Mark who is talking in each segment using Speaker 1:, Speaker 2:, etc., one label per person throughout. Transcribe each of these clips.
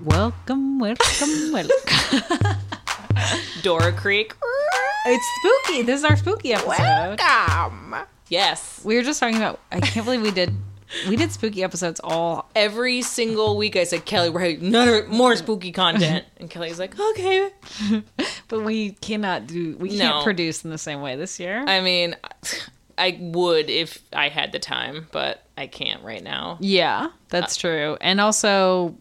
Speaker 1: Welcome, welcome, welcome.
Speaker 2: Dora Creek.
Speaker 1: it's spooky. This is our spooky episode.
Speaker 2: Welcome. Yes.
Speaker 1: We were just talking about. I can't believe we did. We did spooky episodes all.
Speaker 2: Every single week I said, Kelly, we're having another, more spooky content. And Kelly's like, okay.
Speaker 1: But we cannot do. We can't
Speaker 2: No.
Speaker 1: produce in the same way this year.
Speaker 2: I mean, I would if I had the time, but I can't right now.
Speaker 1: yeah, that's true. And also,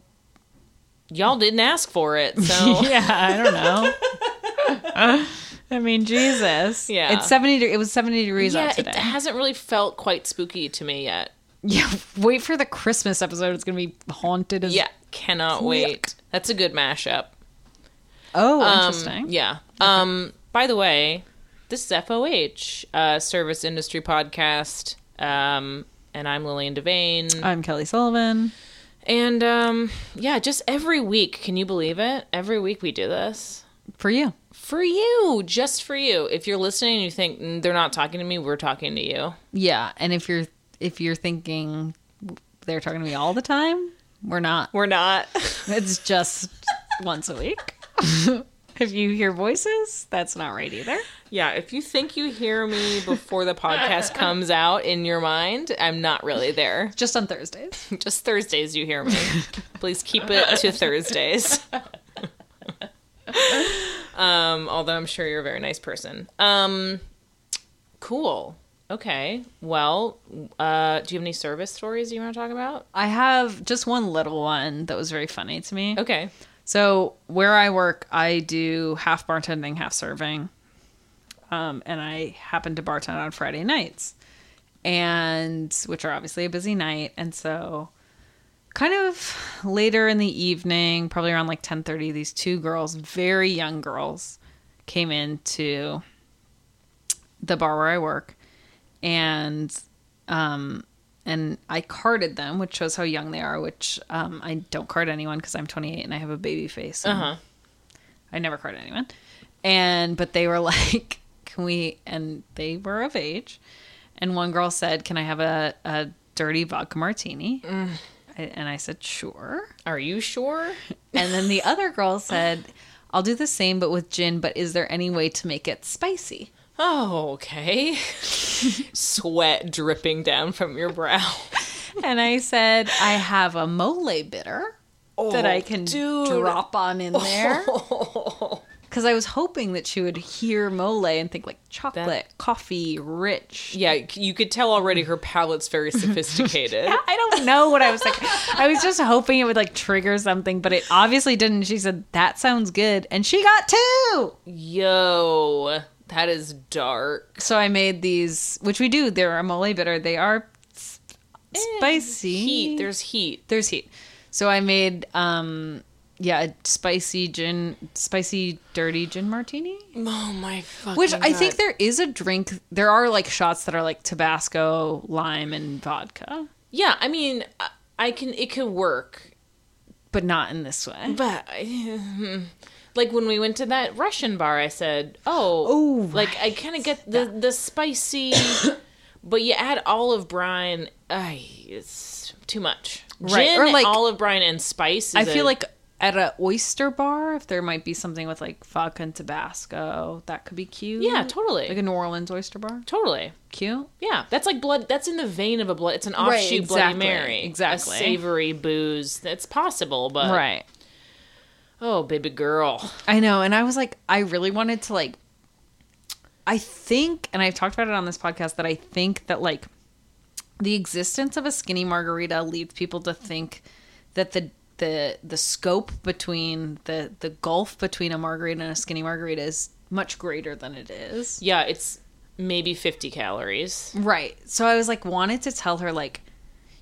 Speaker 2: Y'all didn't ask for it, so.
Speaker 1: yeah, I don't know. I mean, Jesus.
Speaker 2: Yeah.
Speaker 1: it's seventy. de- It was seventy degrees
Speaker 2: Yeah,
Speaker 1: out today.
Speaker 2: it hasn't really felt quite spooky to me yet.
Speaker 1: yeah, wait for the Christmas episode. It's gonna be haunted as.
Speaker 2: Yeah, cannot wait. That's a good mashup.
Speaker 1: Oh,
Speaker 2: Um,
Speaker 1: interesting.
Speaker 2: Yeah. Um, by the way, this is FOH, uh, Service Industry Podcast, um, and I'm Lillian Devane.
Speaker 1: I'm Kelly Sullivan.
Speaker 2: and um, yeah, just every week, can you believe it? Every week we do this
Speaker 1: For you.
Speaker 2: for you, just for you. If you're listening and you think "Mm, they're not talking to me, we're talking to you.
Speaker 1: Yeah, and if you're if you're thinking they're talking to me all the time, we're not.
Speaker 2: We're not.
Speaker 1: It's just once a week. if you hear voices, that's not right either.
Speaker 2: yeah, if you think you hear me before the podcast comes out in your mind, I'm not really there.
Speaker 1: Just on Thursdays.
Speaker 2: Just Thursdays, you hear me. Please keep it to Thursdays. um, although I'm sure you're a very nice person. Um, cool. Okay. Well, uh, do you have any service stories you want to talk about?
Speaker 1: I have just one little one that was very funny to me.
Speaker 2: Okay.
Speaker 1: So where I work, I do half bartending, half serving, um, and I happen to bartend on Friday nights, and which are obviously a busy night, and so kind of later in the evening, probably around like ten thirty, these two girls, very young girls, came into the bar where I work, and um, and I carded them, which shows how young they are. Which um, I don't card anyone because I'm 28 and I have a baby face. and
Speaker 2: Uh-huh.
Speaker 1: I never card anyone. And but they were like, "Can we?" And they were of age. And one girl said, "Can I have a, a dirty vodka martini?" I, and I said, "Sure."
Speaker 2: Are you sure?
Speaker 1: And then the other girl said, "I'll do the same, but with gin. But is there any way to make it spicy?"
Speaker 2: Oh, okay. Sweat dripping down from your brow.
Speaker 1: And I said, I have a mole bitter that I can
Speaker 2: dude.
Speaker 1: drop on in there. Because I was hoping that she would hear mole and think like chocolate, coffee, rich.
Speaker 2: Yeah, you could tell already her palate's very sophisticated.
Speaker 1: I don't know what I was like. I was just hoping it would like trigger something, but it obviously didn't. She said, That sounds good. And she got two.
Speaker 2: Yo, that is dark.
Speaker 1: So I made these, which we do. They're a mole bitter. They are s- spicy.
Speaker 2: Heat. There's heat.
Speaker 1: there's heat. So I made um yeah, a spicy gin spicy dirty gin martini.
Speaker 2: Oh my fucking
Speaker 1: Which I think there is a drink there are like shots that are like Tabasco, lime, and vodka.
Speaker 2: yeah, I mean, I- I can. It could work,
Speaker 1: But not in this way.
Speaker 2: but I- like when we went to that Russian bar, I said, "Oh,
Speaker 1: Oh,
Speaker 2: like I kind of get the the spicy, but you add olive brine. Ay, it's too much.
Speaker 1: Right,
Speaker 2: Gin,
Speaker 1: or, like-
Speaker 2: olive brine and spice. Is
Speaker 1: I feel
Speaker 2: a-
Speaker 1: like at a oyster bar, if there might be something with like vodka and Tabasco, that could be cute.
Speaker 2: yeah, totally,
Speaker 1: Like a New Orleans oyster bar.
Speaker 2: totally.
Speaker 1: Cute.
Speaker 2: Yeah, that's like blood. That's in the vein of a blood. It's an offshoot
Speaker 1: Right,
Speaker 2: Bloody
Speaker 1: exactly,
Speaker 2: Mary.
Speaker 1: exactly.
Speaker 2: A savory booze. That's possible, but
Speaker 1: Right.
Speaker 2: oh, baby girl.
Speaker 1: I know. And I was like, I really wanted to like, I think, and I've talked about it on this podcast that I think that like the existence of a skinny margarita leads people to think that the the the scope between the the gulf between a margarita and a skinny margarita is much greater than it is.
Speaker 2: Yeah, it's maybe 50 calories.
Speaker 1: Right. So I was like wanted to tell her like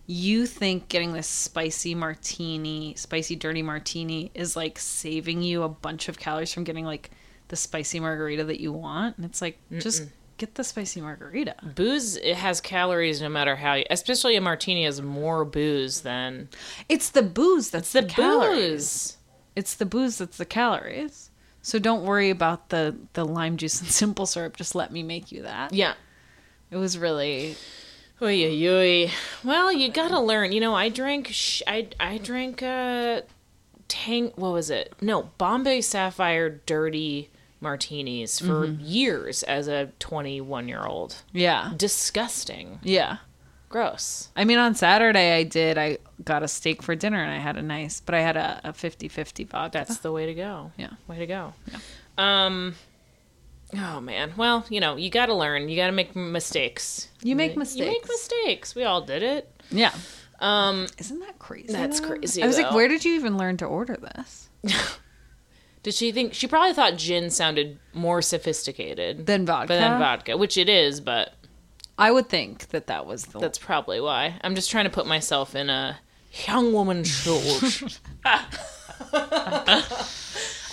Speaker 1: you think getting this spicy martini, spicy dirty martini is like saving you a bunch of calories from getting like the spicy margarita that you want and it's like just get the spicy margarita.
Speaker 2: Booze it has calories no matter how you, especially a martini has more booze than
Speaker 1: It's the booze that's the,
Speaker 2: the
Speaker 1: calories.
Speaker 2: booze.
Speaker 1: It's the booze that's the calories. So don't worry about the the lime juice and simple syrup. Just let me make you that.
Speaker 2: Yeah.
Speaker 1: It was really
Speaker 2: Oy, oy, oy. Well, you gotta learn. You know, I drank. Sh- I I drank uh, Tang, what was it? No, Bombay Sapphire dirty martinis for
Speaker 1: Mm-hmm.
Speaker 2: years as a 21 year old.
Speaker 1: Yeah.
Speaker 2: Disgusting.
Speaker 1: Yeah.
Speaker 2: Gross.
Speaker 1: I mean, on Saturday I did. I got a steak for dinner and I had a nice, but I had a, a 50-50 vodka.
Speaker 2: That's the way to go.
Speaker 1: Yeah.
Speaker 2: Way to go. Um, oh man. Well, you know, you got to learn. You got to make m- mistakes.
Speaker 1: You make
Speaker 2: You make
Speaker 1: mistakes.
Speaker 2: mistakes. We all did it.
Speaker 1: yeah. Um, Isn't that crazy?
Speaker 2: that's
Speaker 1: though?
Speaker 2: crazy,
Speaker 1: I was like,
Speaker 2: though.
Speaker 1: where did you even learn to order this?
Speaker 2: Did she think she probably thought gin sounded more sophisticated
Speaker 1: Then vodka.
Speaker 2: but then vodka, which it is, but
Speaker 1: I would think that that was the.
Speaker 2: that's probably why. I'm just trying to put myself in a young woman's shoes.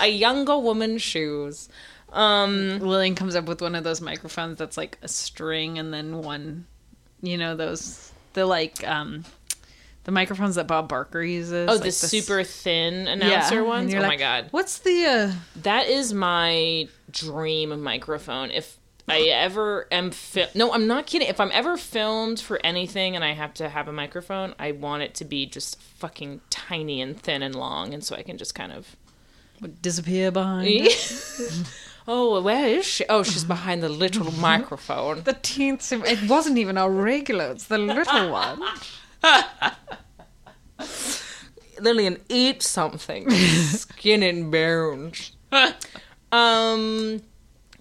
Speaker 2: a younger woman's shoes.
Speaker 1: Lillian comes up with one of those microphones that's like a string and then one, you know, those the like um, the microphones that Bob Barker uses.
Speaker 2: Oh,
Speaker 1: like
Speaker 2: the
Speaker 1: s-
Speaker 2: super thin
Speaker 1: Yeah.
Speaker 2: announcer
Speaker 1: And
Speaker 2: ones. Oh
Speaker 1: you're
Speaker 2: my
Speaker 1: like,
Speaker 2: god,
Speaker 1: What's the? uh
Speaker 2: that is my dream microphone. If I ever am fi- no, I'm not kidding. If I'm ever filmed for anything and I have to have a microphone, I want it to be just fucking tiny and thin and long, and so I can just kind of.
Speaker 1: would disappear behind
Speaker 2: oh, where is she? Oh, she's behind the little
Speaker 1: Mm-hmm.
Speaker 2: microphone.
Speaker 1: the teens. of- It wasn't even a regular. It's the little one.
Speaker 2: Lillian, eat something. Skin and bones. um,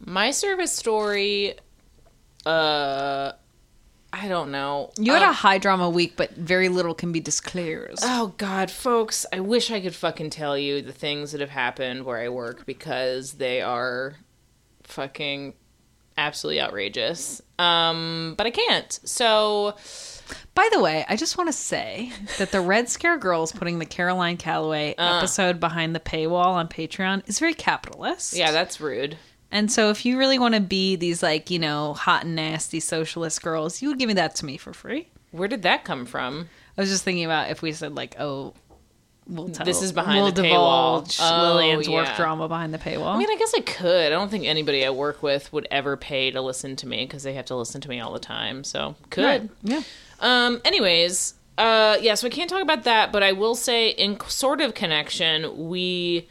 Speaker 2: my service story. Uh, I don't know.
Speaker 1: You had
Speaker 2: Um,
Speaker 1: a high drama week, but very little can be disclosed.
Speaker 2: Oh God, folks! I wish I could fucking tell you the things that have happened where I work because they are fucking absolutely outrageous. Um, but I can't. So
Speaker 1: By the way, I just want to say that the Red Scare Girls putting the Caroline Calloway episode behind the paywall on Patreon is very capitalist.
Speaker 2: yeah, that's rude.
Speaker 1: And so if you really want to be these like, you know, hot and nasty socialist girls, you would give me that to me for free.
Speaker 2: Where did that come from?
Speaker 1: I was just thinking about if we said like, oh, we'll tell
Speaker 2: This is behind
Speaker 1: we'll
Speaker 2: the paywall.
Speaker 1: divulge
Speaker 2: Oh,
Speaker 1: Lillian's work
Speaker 2: yeah.
Speaker 1: drama behind the paywall.
Speaker 2: I mean, I guess I could. I don't think anybody I work with would ever pay to listen to me because they have to listen to me all the time. So could.
Speaker 1: Right. Yeah.
Speaker 2: Um. Anyways. Uh. Yeah. So I can't talk about that, but I will say, in sort of connection, we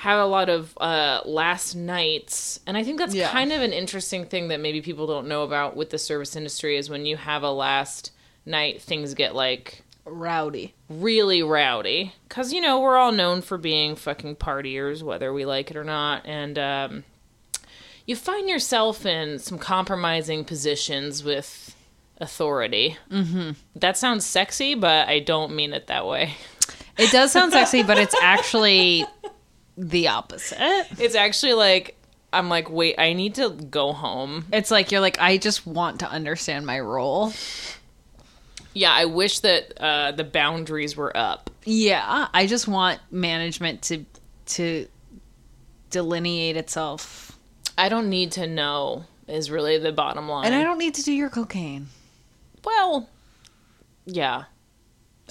Speaker 2: have a lot of uh last nights, and I think that's
Speaker 1: Yeah.
Speaker 2: kind of an interesting thing that maybe people don't know about with the service industry is when you have a last night, things get like
Speaker 1: Rowdy.
Speaker 2: really rowdy because you know we're all known for being fucking partiers whether we like it or not and um, you find yourself in some compromising positions with authority mm-hmm. that sounds sexy but i don't mean it that way
Speaker 1: It does sound sexy, but it's actually the opposite.
Speaker 2: it's actually like i'm like wait i need to go home
Speaker 1: It's like you're like, I just want to understand my role.
Speaker 2: yeah i wish that uh, the boundaries were up
Speaker 1: Yeah, I just want management to to delineate itself,
Speaker 2: i don't need to know is really the bottom line
Speaker 1: and I don't need to do your cocaine.
Speaker 2: Well, yeah,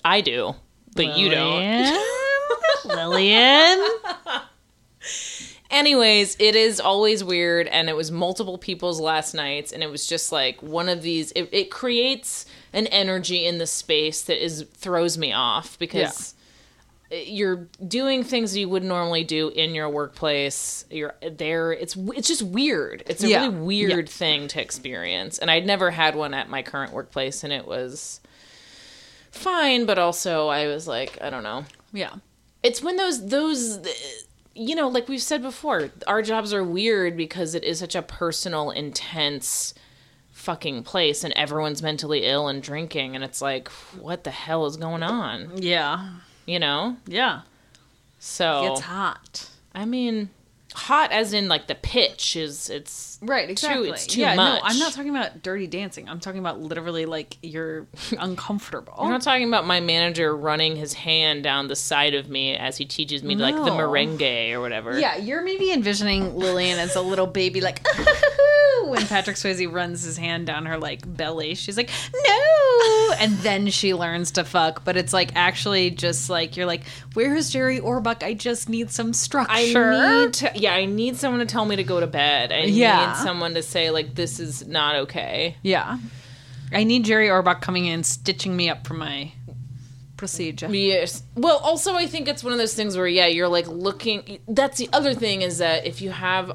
Speaker 2: I do, but you don't.
Speaker 1: Lillian.
Speaker 2: Anyways, it is always weird, and it was multiple people's last nights, and it was just like one of these. It, it creates an energy in the space that is throws me off because. You're doing things you would normally do in your workplace. You're there. It's it's just weird. It's a
Speaker 1: Yeah.
Speaker 2: really weird thing to experience, and I'd never had one at my current workplace, and it was fine. But also, I was like, I don't know.
Speaker 1: yeah.
Speaker 2: it's when those those uh, you know like we've said before our jobs are weird because it is such a personal intense fucking place and everyone's mentally ill and drinking and it's like what the hell is going on
Speaker 1: Yeah.
Speaker 2: you know
Speaker 1: Yeah.
Speaker 2: so
Speaker 1: It's hot.
Speaker 2: i mean hot as in like the pitch is it's
Speaker 1: Right, exactly.
Speaker 2: it's too
Speaker 1: yeah,
Speaker 2: much.
Speaker 1: no, I'm not talking about dirty dancing. I'm talking about literally like you're uncomfortable.
Speaker 2: I'm not talking about my manager running his hand down the side of me as he teaches me like the
Speaker 1: No.
Speaker 2: merengue or whatever.
Speaker 1: Yeah, you're maybe envisioning Lillian as a little baby, like "Ah-hoo-hoo-hoo," when Patrick Swayze runs his hand down her like belly. She's like, no, and then she learns to fuck. But it's like actually just like you're like, where is Jerry Orbach? I just need some
Speaker 2: I
Speaker 1: structure.
Speaker 2: need to, yeah, I need someone to tell me to go to bed. I
Speaker 1: Yeah.
Speaker 2: need someone to say like this is not okay.
Speaker 1: yeah, I need Jerry Orbach coming in, stitching me up for my procedure.
Speaker 2: Yes. Well, also I think it's one of those things where yeah, you're like looking. That's the other thing is that if you have,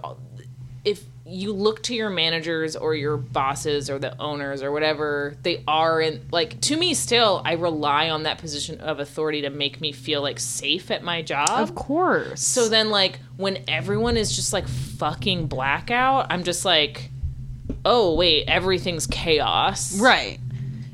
Speaker 2: if you look to your managers or your bosses or the owners or whatever they are in like to me still i rely on that position of authority to make me feel like safe at my job
Speaker 1: Of course.
Speaker 2: so then, like, when everyone is just like fucking blackout, I'm just like, oh, wait, everything's chaos.
Speaker 1: right.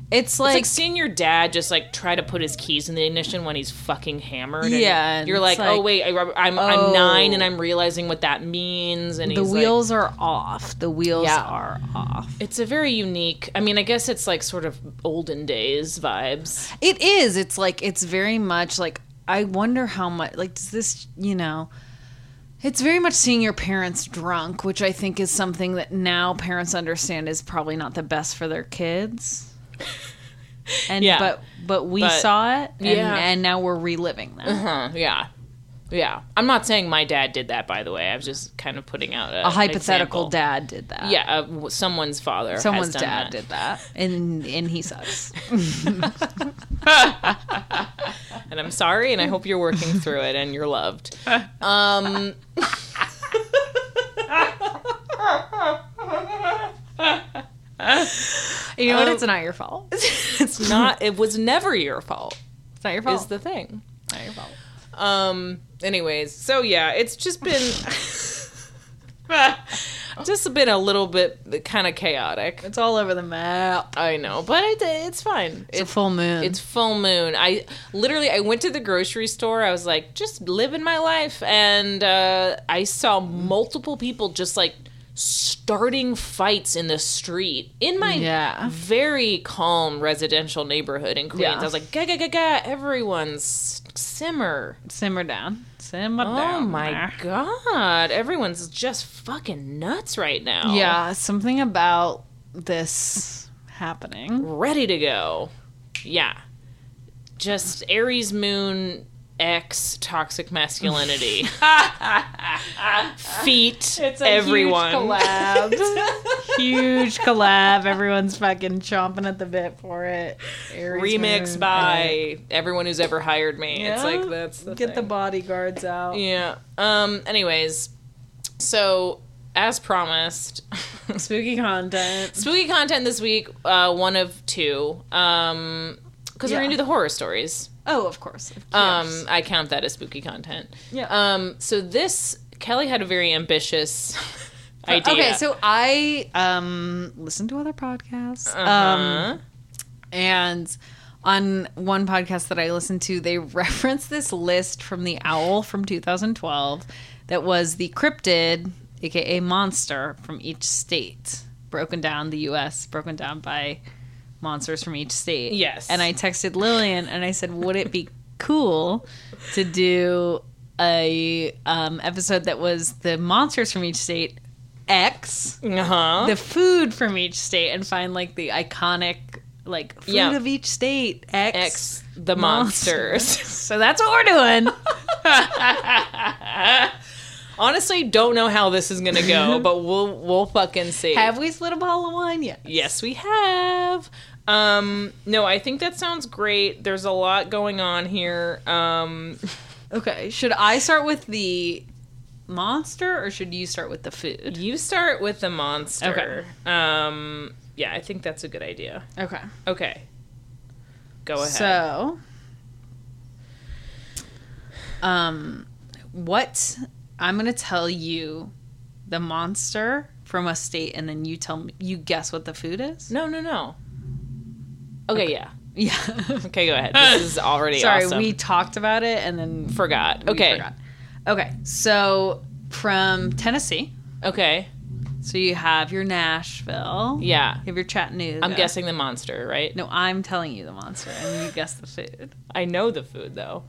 Speaker 1: It's
Speaker 2: It's
Speaker 1: like,
Speaker 2: like seeing your dad just like try to put his keys in the ignition when he's fucking hammered. and
Speaker 1: Yeah, and
Speaker 2: you're
Speaker 1: it's
Speaker 2: like,
Speaker 1: like,
Speaker 2: oh wait, I, I'm
Speaker 1: oh.
Speaker 2: I'm nine and I'm realizing what that means. And
Speaker 1: the
Speaker 2: he's like-
Speaker 1: wheels are off. The wheels
Speaker 2: Yeah.
Speaker 1: are off.
Speaker 2: it's a very unique. I mean, I guess it's like sort of olden days vibes.
Speaker 1: It is. It's like it's very much like I wonder how much like does this you know it's very much seeing your parents drunk, which I think is something that now parents understand is probably not the best for their kids. And
Speaker 2: Yeah.
Speaker 1: but but Uh-huh. we
Speaker 2: But-
Speaker 1: saw it and,
Speaker 2: Yeah.
Speaker 1: and now we're reliving that.
Speaker 2: Huh, yeah. Yeah, I'm not saying my dad did that. By the way, I was just kind of putting out a,
Speaker 1: A hypothetical
Speaker 2: example.
Speaker 1: dad did that.
Speaker 2: Yeah, uh, w- someone's father. has
Speaker 1: Someone's
Speaker 2: done
Speaker 1: dad
Speaker 2: that.
Speaker 1: did that. And and he sucks.
Speaker 2: and I'm sorry, and I hope you're working through it and you're loved. Um,
Speaker 1: You know what?
Speaker 2: Um,
Speaker 1: It's not your fault.
Speaker 2: it's not. It was never your fault.
Speaker 1: It's not your fault.
Speaker 2: Is the thing.
Speaker 1: it's not your fault.
Speaker 2: Um. Anyways, so yeah, it's just been. just been a little bit kind of chaotic.
Speaker 1: It's all over the map.
Speaker 2: I know, but it, it's fine.
Speaker 1: It's a
Speaker 2: It's
Speaker 1: full moon.
Speaker 2: It's full moon. I literally I went to the grocery store. I was like, just living my life, and uh, I saw multiple people just like starting fights in the street in my
Speaker 1: Yeah.
Speaker 2: very calm residential neighborhood in Queens.
Speaker 1: Yeah.
Speaker 2: I was like, ga ga ga ga, everyone's simmer.
Speaker 1: Simmer down. Simmer
Speaker 2: Oh
Speaker 1: down.
Speaker 2: my
Speaker 1: there.
Speaker 2: god, everyone's just fucking nuts right now.
Speaker 1: Yeah, something about this happening.
Speaker 2: ready to go. Yeah. Just Aries Moon X toxic masculinity. Feet everyone.
Speaker 1: collab. huge collab. Everyone's fucking chomping at the bit for it. Aries
Speaker 2: Remix
Speaker 1: Moon, uh,
Speaker 2: by everyone who's ever hired me. It's
Speaker 1: Yeah.
Speaker 2: like that's the
Speaker 1: Get the
Speaker 2: thing.
Speaker 1: bodyguards out.
Speaker 2: Yeah. Um anyways, so as promised,
Speaker 1: Spooky content.
Speaker 2: spooky content this week, uh one of two. Um because we're
Speaker 1: Yeah.
Speaker 2: gonna do the horror stories.
Speaker 1: Oh, of course.
Speaker 2: Um, I count that as spooky content.
Speaker 1: Yeah.
Speaker 2: Um, so this Kelly had a very ambitious idea.
Speaker 1: Okay, so I um listen to other podcasts. Um
Speaker 2: Uh-huh.
Speaker 1: And on one podcast that I listened to, they referenced this list from the owl from 2012 that was the cryptid, aka monster, from each state, broken down the US, broken down by monsters from each state.
Speaker 2: Yes.
Speaker 1: And I texted Lillian and I said, would it be cool to do a um, episode that was the monsters from each state X?
Speaker 2: uh-huh.
Speaker 1: the food from each state and find like the iconic like food
Speaker 2: Yeah.
Speaker 1: of each state X.
Speaker 2: X the
Speaker 1: monster.
Speaker 2: monsters.
Speaker 1: So that's what we're doing.
Speaker 2: Honestly, don't know how this is gonna go, but we'll we'll fucking see.
Speaker 1: Have we split a bottle of wine yet?
Speaker 2: yes, we have. Um, no, I think that sounds great. There's a lot going on here. Um,
Speaker 1: Okay. Should I start with the monster or should you start with the food?
Speaker 2: you start with the monster. Um, yeah, I think that's a good idea.
Speaker 1: Okay.
Speaker 2: Okay, go ahead.
Speaker 1: So, um, what I'm going to tell you the monster from a state and then you tell me, you guess what the food is?
Speaker 2: No, no, no. Okay, yeah.
Speaker 1: Yeah.
Speaker 2: Okay, go ahead. This is already
Speaker 1: Sorry,
Speaker 2: awesome.
Speaker 1: we talked about it and then
Speaker 2: forgot.
Speaker 1: we
Speaker 2: Okay,
Speaker 1: forgot. Okay. So from Tennessee,
Speaker 2: okay,
Speaker 1: so you have your Nashville.
Speaker 2: yeah.
Speaker 1: You have your Chattanooga.
Speaker 2: I'm guessing the monster, right?
Speaker 1: No, I'm telling you the monster, and you guess the food.
Speaker 2: I know the food though.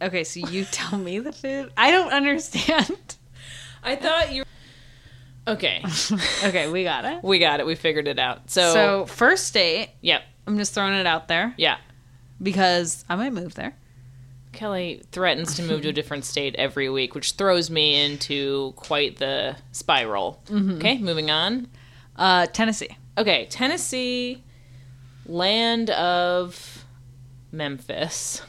Speaker 1: Okay, so you tell me the food. I don't understand.
Speaker 2: I thought you. Okay,
Speaker 1: okay, we got it.
Speaker 2: we got it. We figured it out. So,
Speaker 1: So, first date,
Speaker 2: yep,
Speaker 1: I'm just throwing it out there
Speaker 2: yeah.
Speaker 1: because I might move there.
Speaker 2: Kelly threatens to move to a different state every week, which throws me into quite the spiral. Okay, moving on.
Speaker 1: Uh, Tennessee.
Speaker 2: Okay, Tennessee, land of Memphis.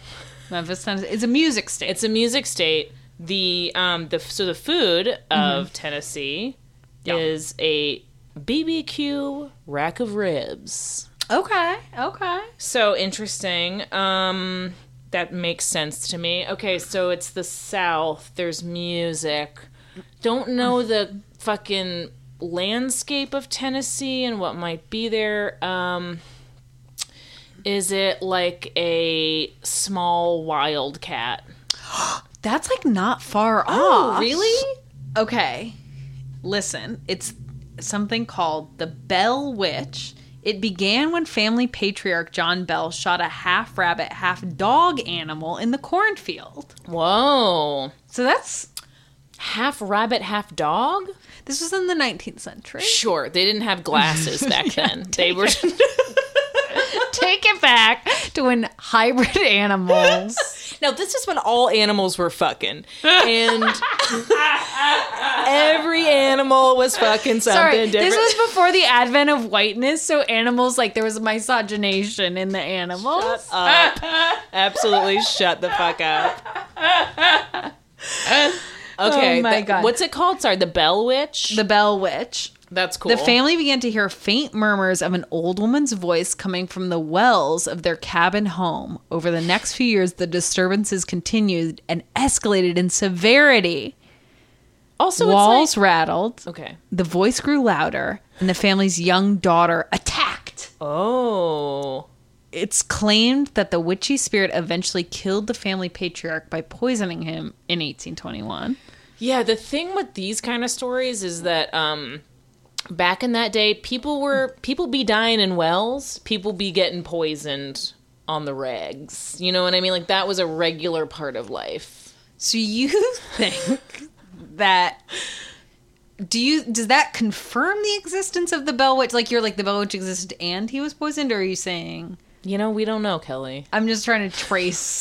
Speaker 1: Memphis, Tennessee. It's a music state.
Speaker 2: It's a music state. The um the so the food of Tennessee
Speaker 1: Yeah.
Speaker 2: is a BBQ rack of ribs.
Speaker 1: okay. Okay.
Speaker 2: So interesting. Um that makes sense to me. Okay, so it's the South. There's music. Don't know the fucking landscape of Tennessee and what might be there. Um is it like a small wildcat?
Speaker 1: That's like not far off. Oh, Okay. Listen, it's something called the Bell Witch. It began when family patriarch John Bell shot a half rabbit, half dog animal in the cornfield.
Speaker 2: Whoa.
Speaker 1: So that's
Speaker 2: Half rabbit, half dog?
Speaker 1: this was in the 19th century.
Speaker 2: Sure, they didn't have glasses back then. they were
Speaker 1: Take it back to when hybrid animals.
Speaker 2: Now this is when all animals were fucking, and every animal was fucking something
Speaker 1: Sorry,
Speaker 2: different.
Speaker 1: this was before the advent of whiteness, so animals like there was miscegenation in the animals.
Speaker 2: Shut up. Absolutely, shut the fuck up.
Speaker 1: Oh
Speaker 2: Okay,
Speaker 1: my
Speaker 2: the-
Speaker 1: God.
Speaker 2: what's it called? Sorry, the Bell Witch.
Speaker 1: The Bell Witch.
Speaker 2: That's cool.
Speaker 1: The family began to hear faint murmurs of an old woman's voice coming from the wells of their cabin home. Over the next few years, the disturbances continued and escalated in severity.
Speaker 2: also
Speaker 1: Walls
Speaker 2: It's like,
Speaker 1: rattled,
Speaker 2: okay.
Speaker 1: the voice grew louder, and the family's young daughter attacked.
Speaker 2: Oh.
Speaker 1: It's claimed that the witchy spirit eventually killed the family patriarch by poisoning him in 1821.
Speaker 2: Yeah, the thing with these kind of stories is that um back in that day people were people be dying in wells, people be getting poisoned on the regs. You know what I mean? Like that was a regular part of life.
Speaker 1: So you think that do you does that confirm the existence of the Bell Witch? Like you're like the Bell Witch existed and he was poisoned, or are you saying
Speaker 2: You know, we don't know, Kelly.
Speaker 1: I'm just trying to trace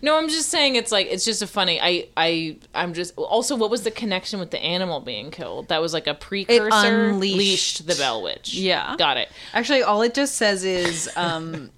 Speaker 2: No, I'm just saying it's like it's just a funny I I I'm just also what was the connection with the animal being killed? That was like a precursor
Speaker 1: unleashed-
Speaker 2: leashed the bell witch.
Speaker 1: Yeah.
Speaker 2: Got it.
Speaker 1: Actually all it just says is um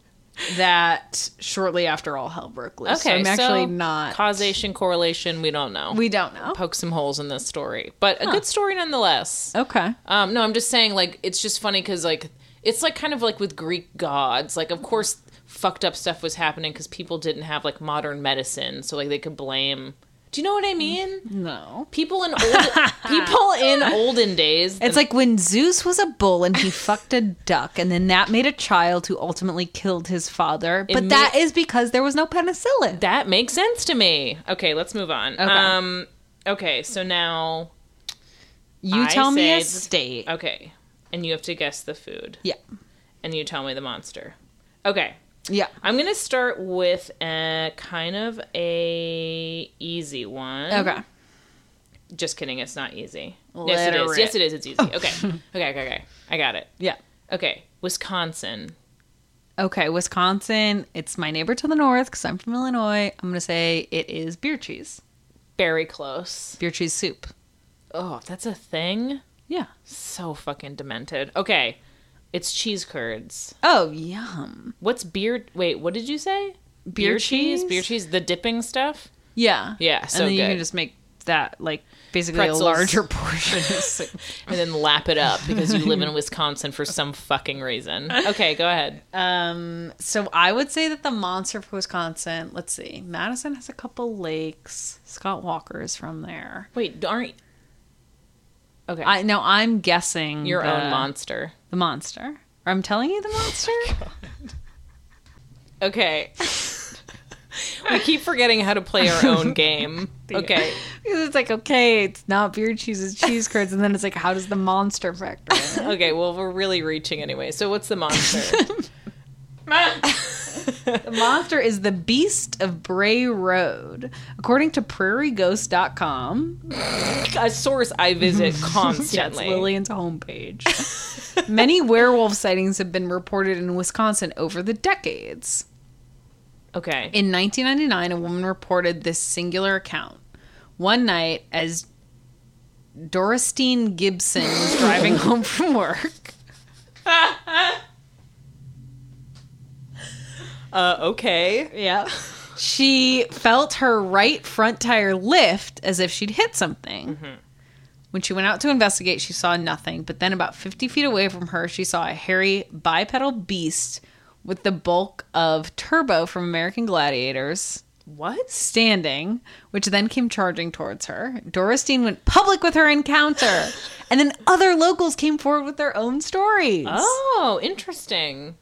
Speaker 1: that shortly after all hell broke loose. So
Speaker 2: Okay.
Speaker 1: I'm actually
Speaker 2: so
Speaker 1: not
Speaker 2: causation correlation, we don't know.
Speaker 1: we don't know.
Speaker 2: poke some holes in this story, but a good story nonetheless.
Speaker 1: Okay.
Speaker 2: Um, no, I'm just saying, like, it's just funny because, like, it's like kind of like with Greek gods. Like, of course, fucked up stuff was happening because people didn't have like modern medicine, so like they could blame. Do you know what I mean?
Speaker 1: No.
Speaker 2: People in old people in olden days.
Speaker 1: It's like when Zeus was a bull and he fucked a duck, and then that made a child who ultimately killed his father. But
Speaker 2: ma-
Speaker 1: that is because there was no penicillin.
Speaker 2: that makes sense to me. Okay, let's move on. Um, okay, so now
Speaker 1: You
Speaker 2: I
Speaker 1: tell me a
Speaker 2: said-
Speaker 1: state.
Speaker 2: okay, and you have to guess the food,
Speaker 1: Yeah.
Speaker 2: and you tell me the monster. Okay,
Speaker 1: Yeah.
Speaker 2: I'm gonna start with a kind of a easy one.
Speaker 1: Okay.
Speaker 2: Just kidding. It's not easy. Yes, it
Speaker 1: Literate.
Speaker 2: is.
Speaker 1: Oh.
Speaker 2: Yes, it is. It's easy. Okay. okay. Okay. Okay. I got it.
Speaker 1: Yeah.
Speaker 2: Okay. Wisconsin.
Speaker 1: Okay, Wisconsin. It's my neighbor to the north because I'm from Illinois. I'm going to say it is beer cheese,
Speaker 2: Very close.
Speaker 1: beer cheese soup.
Speaker 2: Oh, that's a thing.
Speaker 1: Yeah.
Speaker 2: So fucking demented. Okay. It's cheese curds.
Speaker 1: Oh, yum.
Speaker 2: What's beer? Wait, what did you say? Beer,
Speaker 1: cheese?
Speaker 2: Beer cheese. The dipping stuff.
Speaker 1: Yeah.
Speaker 2: Yeah,
Speaker 1: and
Speaker 2: so
Speaker 1: then you
Speaker 2: good.
Speaker 1: can just make that like basically
Speaker 2: Pretzels.
Speaker 1: a larger portion of soup.
Speaker 2: And then lap it up because you live in Wisconsin for some fucking reason. Okay, go ahead.
Speaker 1: Um, so I would say that the monster for Wisconsin, let's see, Madison has a couple lakes. Scott Walker is from there.
Speaker 2: Wait, aren't. Okay.
Speaker 1: I no, I'm guessing
Speaker 2: your
Speaker 1: the-
Speaker 2: own monster.
Speaker 1: The monster. I'm telling you the monster.
Speaker 2: Okay. we keep forgetting how to play our own game. Okay.
Speaker 1: Because it's like, okay, it's not beer cheese, it's cheese curds. And then it's like, how does the monster factor in?
Speaker 2: Okay, well, we're really reaching anyway. So, what's the monster?
Speaker 1: the monster is the beast of Bray Road. According to prairieghost.com,
Speaker 2: A source I visit
Speaker 1: that's
Speaker 2: constantly.
Speaker 1: Lillian's homepage. Many werewolf sightings have been reported in Wisconsin over the decades.
Speaker 2: Okay.
Speaker 1: In 1999, a woman reported this singular account. One night, as Doristine Gibson was driving home from work,
Speaker 2: Uh, okay.
Speaker 1: Yeah. She felt her right front tire lift as if she'd hit something. When she went out to investigate, she saw nothing, but then about 50 feet away from her, she saw a hairy bipedal beast with the bulk of Turbo from American Gladiators
Speaker 2: What?
Speaker 1: standing, which then came charging towards her. Doristine went public with her encounter, and then other locals came forward with their own stories.
Speaker 2: Oh, interesting.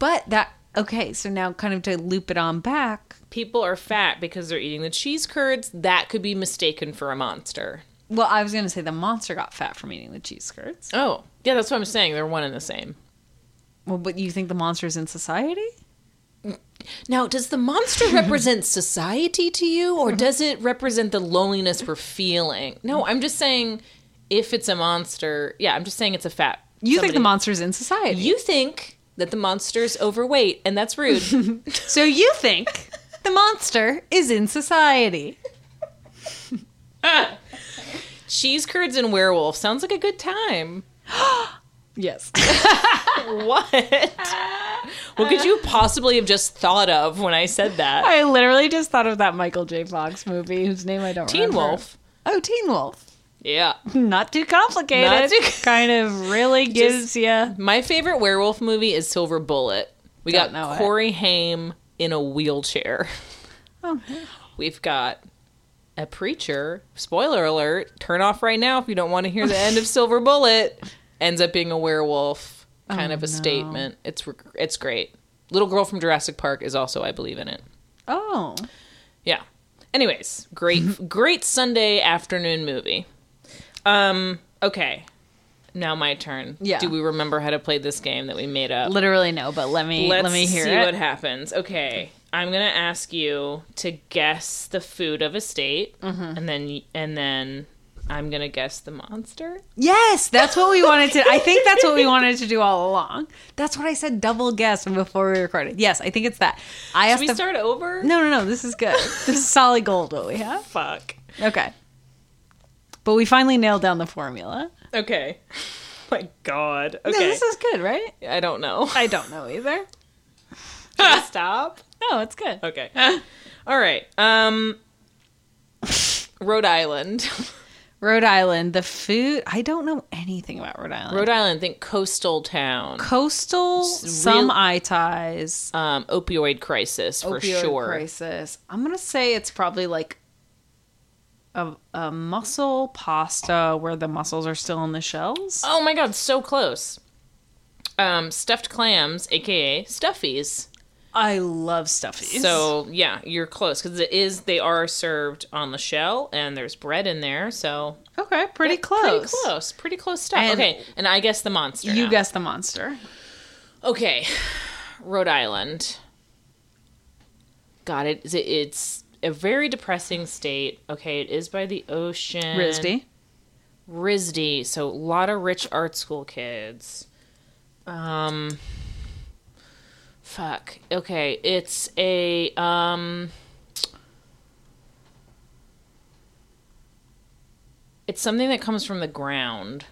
Speaker 1: But that, okay, so now kind of to loop it on back,
Speaker 2: People are fat because they're eating the cheese curds. That could be mistaken for a monster.
Speaker 1: Well, I was going to say the monster got fat from eating the cheese curds.
Speaker 2: Oh, yeah, that's what I'm saying. They're one and the same.
Speaker 1: Well, but you think the monster's in society?
Speaker 2: Now, does the monster represent society to you,
Speaker 1: Uh-huh.
Speaker 2: or does it represent the loneliness we're feeling? No, I'm just saying, if it's a monster, yeah, I'm just saying it's a fat.
Speaker 1: You think the
Speaker 2: somebody-
Speaker 1: monster's in society.
Speaker 2: You think that the monster's overweight, and that's rude.
Speaker 1: so you think the monster is in society.
Speaker 2: Cheese curds and werewolf sounds like a good time.
Speaker 1: Yes.
Speaker 2: What? what could you possibly have just thought of when I said that?
Speaker 1: I literally just thought of that Michael J. Fox movie whose name I don't
Speaker 2: Teen
Speaker 1: remember.
Speaker 2: Wolf.
Speaker 1: Oh, Teen Wolf.
Speaker 2: Yeah.
Speaker 1: Not too complicated.
Speaker 2: Not too-
Speaker 1: kind of really gives you.
Speaker 2: My favorite werewolf movie is Silver Bullet. We
Speaker 1: Don't know
Speaker 2: got
Speaker 1: it.
Speaker 2: Corey Haim in a wheelchair.
Speaker 1: Oh.
Speaker 2: We've got a preacher. Spoiler alert. Turn off right now if you don't want to hear the end of Silver Bullet. Ends up being a werewolf. Kind
Speaker 1: Oh,
Speaker 2: of a
Speaker 1: no.
Speaker 2: statement. It's re- it's great. Little girl from Jurassic Park is also I believe in it.
Speaker 1: Oh.
Speaker 2: Yeah. Anyways, great great Sunday afternoon movie. Um okay. Now my turn.
Speaker 1: Yeah.
Speaker 2: Do we remember how to play this game that we made up?
Speaker 1: Literally no, but let me
Speaker 2: Let's
Speaker 1: let me hear
Speaker 2: see
Speaker 1: it.
Speaker 2: what happens. Okay, I'm gonna ask you to guess the food of a state,
Speaker 1: Mm-hmm.
Speaker 2: and then and then I'm gonna guess the monster.
Speaker 1: Yes, that's what we wanted to. I think that's what we wanted to do all along. That's what I said. Double guess before we recorded. Yes, I think it's that. I
Speaker 2: Should we
Speaker 1: asked. The,
Speaker 2: start over?
Speaker 1: no, no, no. This is good. This is solid gold. What we have.
Speaker 2: Fuck.
Speaker 1: Okay. But we finally nailed down the formula.
Speaker 2: Okay. My God.
Speaker 1: No,
Speaker 2: Okay.
Speaker 1: this is good, right?
Speaker 2: I don't know.
Speaker 1: I don't know either.
Speaker 2: Should we stop.
Speaker 1: No, it's good.
Speaker 2: Okay. All right. Um. Rhode Island.
Speaker 1: Rhode Island. The food. I don't know anything about Rhode Island.
Speaker 2: Rhode Island. Think coastal town.
Speaker 1: Coastal.
Speaker 2: real-
Speaker 1: some eye ties.
Speaker 2: Um. Opioid crisis for
Speaker 1: opioid
Speaker 2: sure.
Speaker 1: crisis. I'm gonna say it's probably like a, a muscle pasta where the muscles are still in the shells.
Speaker 2: Oh my god, so close. Um, stuffed clams, aka stuffies.
Speaker 1: I love stuffies.
Speaker 2: So yeah, you're close because it is. They are served on the shell, and there's bread in there. So
Speaker 1: okay, pretty close.
Speaker 2: pretty close, pretty close stuff.
Speaker 1: And-
Speaker 2: okay, and I guess the monster.
Speaker 1: You
Speaker 2: now.
Speaker 1: guessed the monster.
Speaker 2: Okay, Rhode Island. Got it. Is it- It's a very depressing state. Okay, it is by the ocean.
Speaker 1: Risdy.
Speaker 2: RISD. So a lot of rich art school kids. Um fuck. Okay, it's a um It's something that comes from the ground.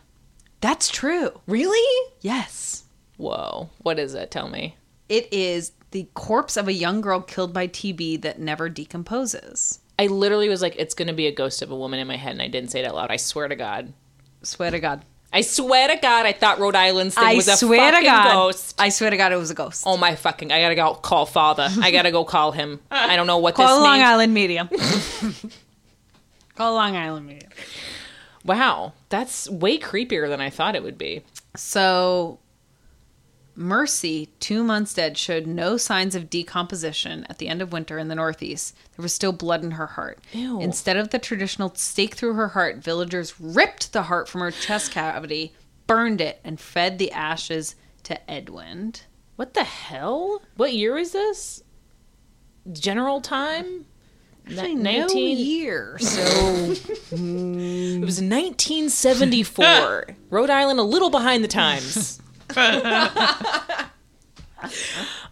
Speaker 1: That's true.
Speaker 2: Really?
Speaker 1: Yes.
Speaker 2: Whoa. What is it? Tell me.
Speaker 1: It is the corpse of a young girl killed by TB that never decomposes.
Speaker 2: I literally was like, it's gonna be a ghost of a woman in my head and I didn't say it out loud. I swear to God.
Speaker 1: Swear to God.
Speaker 2: I swear to God I thought Rhode Island's thing
Speaker 1: I
Speaker 2: was a
Speaker 1: swear to
Speaker 2: fucking
Speaker 1: God.
Speaker 2: ghost.
Speaker 1: I swear to God, it was a ghost.
Speaker 2: Oh my fucking! I gotta go call father. I gotta go call him. I don't know what
Speaker 1: Call
Speaker 2: this
Speaker 1: Long
Speaker 2: means.
Speaker 1: Island Medium. Call Long Island Medium.
Speaker 2: Wow, that's way creepier than I thought it would be.
Speaker 1: So, Mercy, two months dead, showed no signs of decomposition at the end of winter in the Northeast. There was still blood in her heart.
Speaker 2: Ew.
Speaker 1: Instead of the traditional stake through her heart, villagers ripped the heart from her chest cavity, burned it, and fed the ashes to Edwind.
Speaker 2: What the hell? What year is this? General time?
Speaker 1: Actually,
Speaker 2: Ni-
Speaker 1: no year. So,
Speaker 2: It was 1974. Rhode Island, a little behind the times.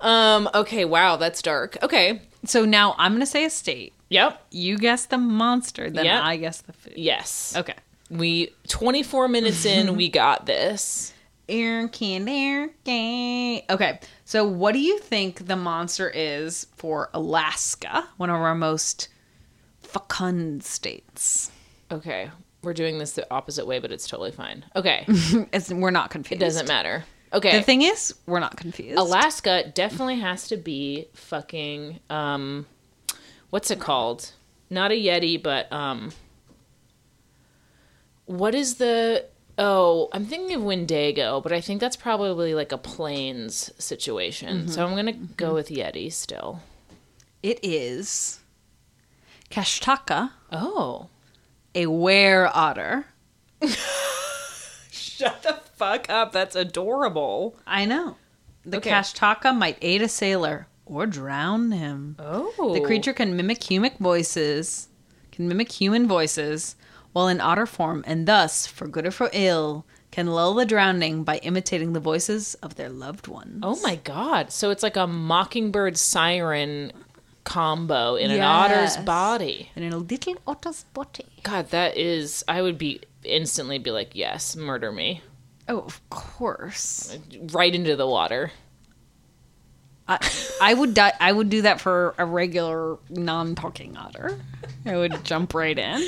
Speaker 2: um. Okay. Wow, that's dark. Okay.
Speaker 1: so now I'm going to say a state.
Speaker 2: Yep.
Speaker 1: You guess the monster, then
Speaker 2: Yep.
Speaker 1: I guess the food.
Speaker 2: Yes.
Speaker 1: Okay.
Speaker 2: We 24 minutes in. we got this.
Speaker 1: Air can air can. Okay, so what do you think the monster is for Alaska, one of our most fecund states?
Speaker 2: Okay. We're doing this the opposite way, but it's totally fine. Okay.
Speaker 1: It's, we're not confused.
Speaker 2: It doesn't matter. Okay.
Speaker 1: The thing is, we're not confused.
Speaker 2: Alaska definitely has to be fucking um what's it called? Not a Yeti, but um what is the oh, I'm thinking of Wendigo, but I think that's probably like a plains situation. So
Speaker 1: Mm-hmm.
Speaker 2: I'm gonna go with Yeti still.
Speaker 1: it is Kashtaka,
Speaker 2: Oh.
Speaker 1: a were otter.
Speaker 2: Shut the fuck up. That's adorable.
Speaker 1: I know. The
Speaker 2: Okay.
Speaker 1: Kashtaka might aid a sailor or drown him.
Speaker 2: Oh.
Speaker 1: The creature can mimic human voices, can mimic human voices while in otter form, and thus, for good or for ill, can lull the drowning by imitating the voices of their loved ones.
Speaker 2: Oh my god. So it's like a mockingbird siren combo in an
Speaker 1: Yes.
Speaker 2: otter's body.
Speaker 1: And in a little otter's body.
Speaker 2: God, that is I would be instantly be like, "Yes, murder me."
Speaker 1: Oh, of course.
Speaker 2: Right into the water.
Speaker 1: I, I would di- I would do that for a regular non-talking otter. I would jump right in.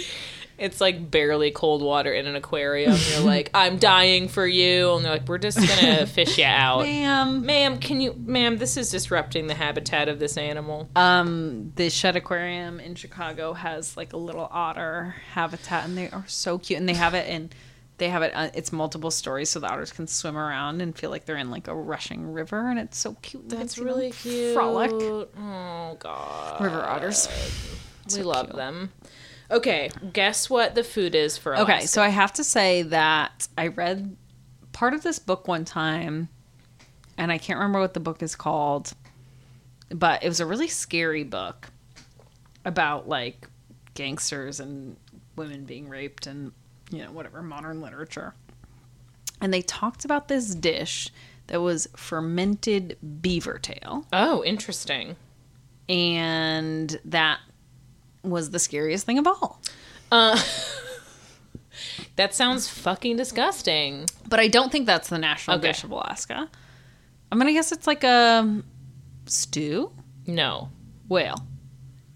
Speaker 2: It's like barely cold water in an aquarium. You're like, "I'm dying for you." And they're like, "We're just going to fish you out."
Speaker 1: Ma'am,
Speaker 2: Ma'am, can you ma'am, this is disrupting the habitat of this animal.
Speaker 1: um the shed aquarium in chicago has like a little otter habitat and they are so cute and they have it in they have it uh, it's multiple stories so the otters can swim around and feel like they're in like a rushing river and it's so cute You can
Speaker 2: That's
Speaker 1: see them
Speaker 2: really cute.
Speaker 1: frolic
Speaker 2: Oh god.
Speaker 1: river otters
Speaker 2: we love them. Okay, guess what the food is for Alaska.
Speaker 1: okay so i have to say that i read part of this book one time and i can't remember what the book is called but it was a really scary book about like gangsters and women being raped and you know whatever modern literature and they talked about this dish that was fermented beaver tail
Speaker 2: Oh, interesting.
Speaker 1: and that was the scariest thing of all
Speaker 2: Uh, That sounds fucking disgusting.
Speaker 1: but I don't think that's the national
Speaker 2: Okay.
Speaker 1: dish of Alaska. I'm gonna guess it's like a stew,
Speaker 2: No.
Speaker 1: whale,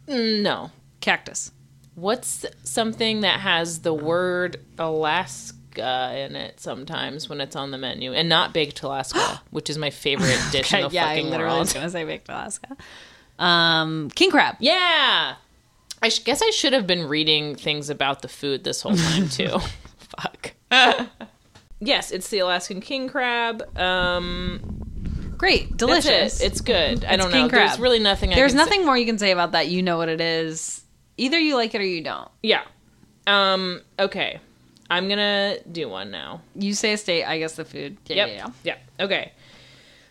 Speaker 2: Mm, No.
Speaker 1: cactus.
Speaker 2: What's something that has the word Alaska in it sometimes when it's on the menu and not baked Alaska, which is my favorite dish in the
Speaker 1: yeah, I
Speaker 2: fucking
Speaker 1: literally was
Speaker 2: world.
Speaker 1: gonna say baked Alaska. Um, king crab.
Speaker 2: Yeah. I sh- guess I should have been reading things about the food this whole time too. Fuck. yes, it's the Alaskan king crab. Um
Speaker 1: Great,
Speaker 2: That's
Speaker 1: delicious.
Speaker 2: it. It's good. I
Speaker 1: It's
Speaker 2: don't
Speaker 1: king
Speaker 2: know. There's
Speaker 1: crab.
Speaker 2: really nothing. I
Speaker 1: There's
Speaker 2: can say-
Speaker 1: nothing more you can say about that. You know what it is. Either you like it or you don't.
Speaker 2: Yeah. Um. Okay. I'm gonna do one now.
Speaker 1: You say a state, I guess the food. Yeah,
Speaker 2: Yep.
Speaker 1: yeah, yeah.
Speaker 2: Yeah. Okay.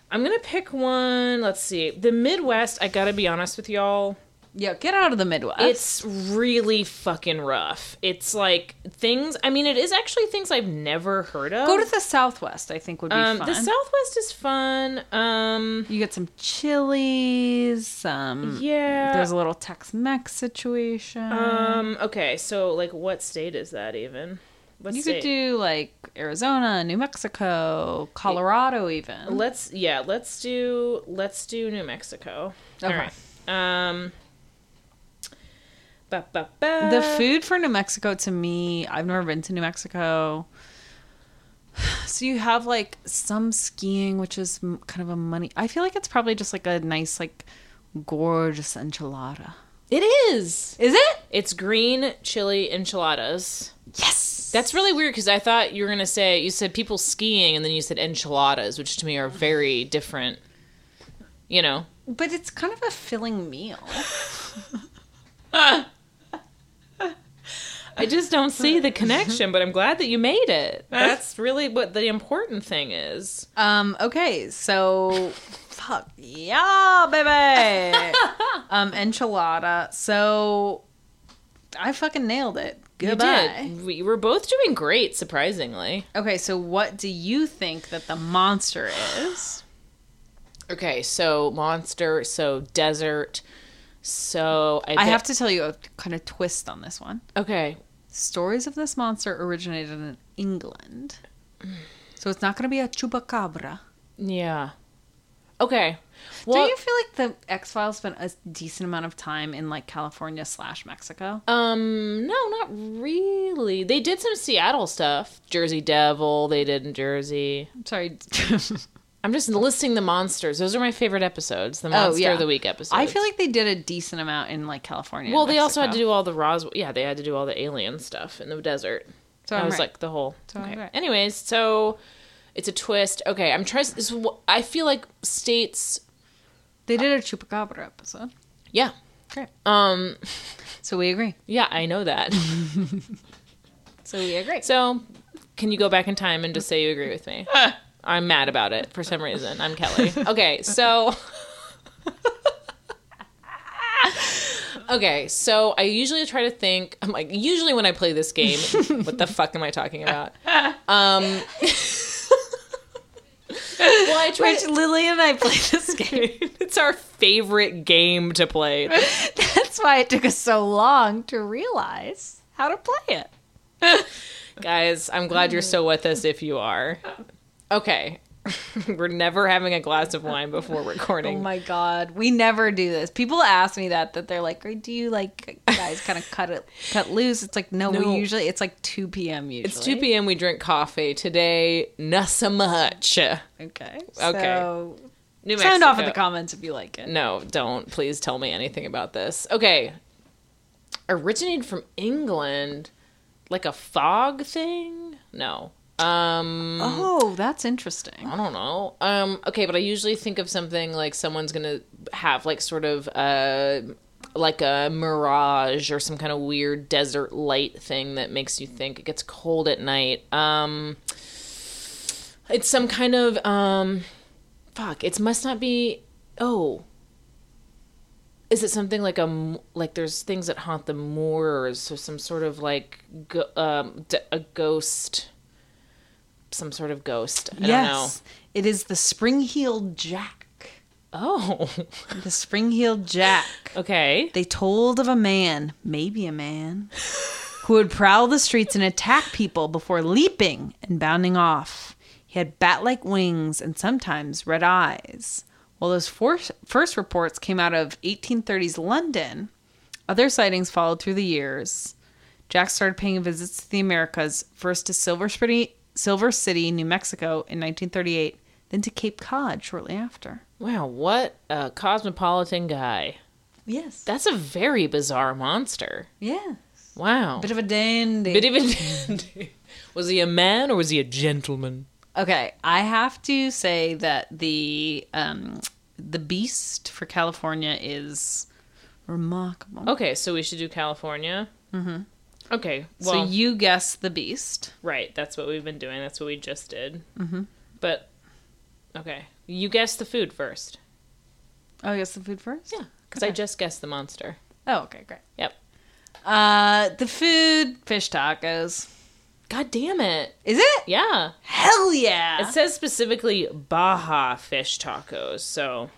Speaker 2: I'm gonna pick one. Let's see. The Midwest. I gotta be honest with y'all.
Speaker 1: Yeah, get out of the Midwest.
Speaker 2: It's really fucking rough. It's like things. I mean, it is actually things I've never heard of.
Speaker 1: Go to the Southwest. I think would be
Speaker 2: um,
Speaker 1: fun.
Speaker 2: the Southwest is fun. Um.
Speaker 1: you get some chilies. Some
Speaker 2: Yeah.
Speaker 1: Hmm. there's a little Tex-Mex situation.
Speaker 2: um. Okay. So, like, what state is that even? What
Speaker 1: You
Speaker 2: state?
Speaker 1: could do like Arizona, New Mexico, Colorado, even.
Speaker 2: Let's yeah, let's do let's do New Mexico.
Speaker 1: Okay.
Speaker 2: All right. Um ba, ba, ba.
Speaker 1: the food for New Mexico to me, I've never been to New Mexico. So you have like some skiing, which is m- kind of a money. I feel like it's probably just like a nice, like gorgeous enchilada.
Speaker 2: It is.
Speaker 1: Is it?
Speaker 2: It's green chili enchiladas.
Speaker 1: Yes.
Speaker 2: That's really weird because I thought you were gonna say you said people skiing and then you said enchiladas, which to me are very different. You know.
Speaker 1: but it's kind of a filling meal.
Speaker 2: I just don't see the connection, but I'm glad that you made it. That's really what the important thing is.
Speaker 1: Um, okay, so fuck yeah, baby. um, enchilada. So I fucking nailed it.
Speaker 2: You
Speaker 1: Goodbye.
Speaker 2: did. We were both doing great, surprisingly.
Speaker 1: Okay, so what do you think that the monster is?
Speaker 2: Okay, so monster, so desert, so I,
Speaker 1: I
Speaker 2: bet-
Speaker 1: have to tell you a kind of twist on this one.
Speaker 2: Okay, Mm.
Speaker 1: Stories of this monster originated in England. So it's not going to be a chupacabra.
Speaker 2: Yeah. Okay. Well,
Speaker 1: Do you feel like the X Files spent a decent amount of time in like California slash Mexico?
Speaker 2: um, no, not really. They did some Seattle stuff. Jersey Devil, they did in Jersey.
Speaker 1: I'm sorry.
Speaker 2: I'm just listing the monsters. Those are my favorite episodes. The monster of the week episodes.
Speaker 1: Oh, I feel like they did a decent amount in like California. and
Speaker 2: Well, they also had to
Speaker 1: Mexico.
Speaker 2: do all the Roswell. Yeah, they had to do all the alien stuff in the desert.
Speaker 1: So
Speaker 2: So that
Speaker 1: I'm
Speaker 2: was
Speaker 1: right.
Speaker 2: like the whole.
Speaker 1: So I'm
Speaker 2: okay.
Speaker 1: right.
Speaker 2: Anyways, so it's a twist. Okay, I'm trying. This is wh- I feel like states.
Speaker 1: They did a chupacabra episode.
Speaker 2: Yeah,
Speaker 1: Great.
Speaker 2: um,
Speaker 1: So we agree.
Speaker 2: yeah, I know that.
Speaker 1: So we agree.
Speaker 2: so, can you go back in time and just say you agree with me? I'm mad about it for some reason. I'm Kelly. Okay, so. Okay, so I usually try to think. I'm like, usually when I play this game, what the fuck am I talking about? Um, well, I try.
Speaker 1: Which
Speaker 2: To,
Speaker 1: Lily and I played this game.
Speaker 2: it's our favorite game to play.
Speaker 1: That's why it took us so long to realize how to play it.
Speaker 2: Guys, I'm glad you're still with us if you are. Okay. We're never having a glass of wine before
Speaker 1: Oh
Speaker 2: recording.
Speaker 1: my god, we never do this. People ask me that that they're like, "Do you like guys kind of cut it cut loose?" It's like, "No,
Speaker 2: No.
Speaker 1: we usually it's like 2 p.m. usually."
Speaker 2: it's 2 p.m. We drink coffee. Today, not so much. New
Speaker 1: Okay.
Speaker 2: Okay.
Speaker 1: So sound off in the
Speaker 2: Mexico. Mm-hmm.
Speaker 1: comments if you like it.
Speaker 2: No, don't. Please tell me anything about this. Okay. Originated from England, like a fog thing? No. Um
Speaker 1: Oh, that's interesting.
Speaker 2: I don't know. Um, okay, but I usually think of something like someone's gonna have like sort of uh like a mirage or some kind of weird desert light thing that makes you think it gets cold at night. Um, it's some kind of um, fuck. It must not be. Oh, is it something like a m- like there's things that haunt the moors or some sort of like go, um, d- a ghost. Some sort of ghost. I don't know.
Speaker 1: yes. It is the spring-heeled jack.
Speaker 2: Oh,
Speaker 1: The spring-heeled jack.
Speaker 2: okay.
Speaker 1: They told of a man, maybe a man, who would prowl the streets and attack people before leaping and bounding off. He had bat like wings and sometimes red eyes. While those four- first reports came out of 1830s London, other sightings followed through the years. Jack started paying visits to the Americas, first to Silver City, Silver City New Mexico in 1938, then to Cape Cod shortly after.
Speaker 2: Wow, what a cosmopolitan guy.
Speaker 1: Yes.
Speaker 2: That's a very bizarre monster.
Speaker 1: Yeah.
Speaker 2: Wow.
Speaker 1: Bit of a dandy.
Speaker 2: Bit of a- was he a man or was he a gentleman?
Speaker 1: Okay, I have to say that the um, the beast for California is remarkable.
Speaker 2: Okay, so we should do California. Mm-hmm. Okay,
Speaker 1: so
Speaker 2: well,
Speaker 1: you guess the beast.
Speaker 2: right. That's what we've been doing. That's what we just did. Mm-hmm. But, okay. You guessed the food first.
Speaker 1: Oh, I guess the food first.
Speaker 2: Yeah, because I
Speaker 1: Okay.
Speaker 2: just guessed the monster.
Speaker 1: Oh, okay, great.
Speaker 2: Yep.
Speaker 1: Uh, the food, fish tacos.
Speaker 2: God damn it.
Speaker 1: Is it?
Speaker 2: Yeah.
Speaker 1: Hell yeah!
Speaker 2: It says specifically Baja fish tacos, so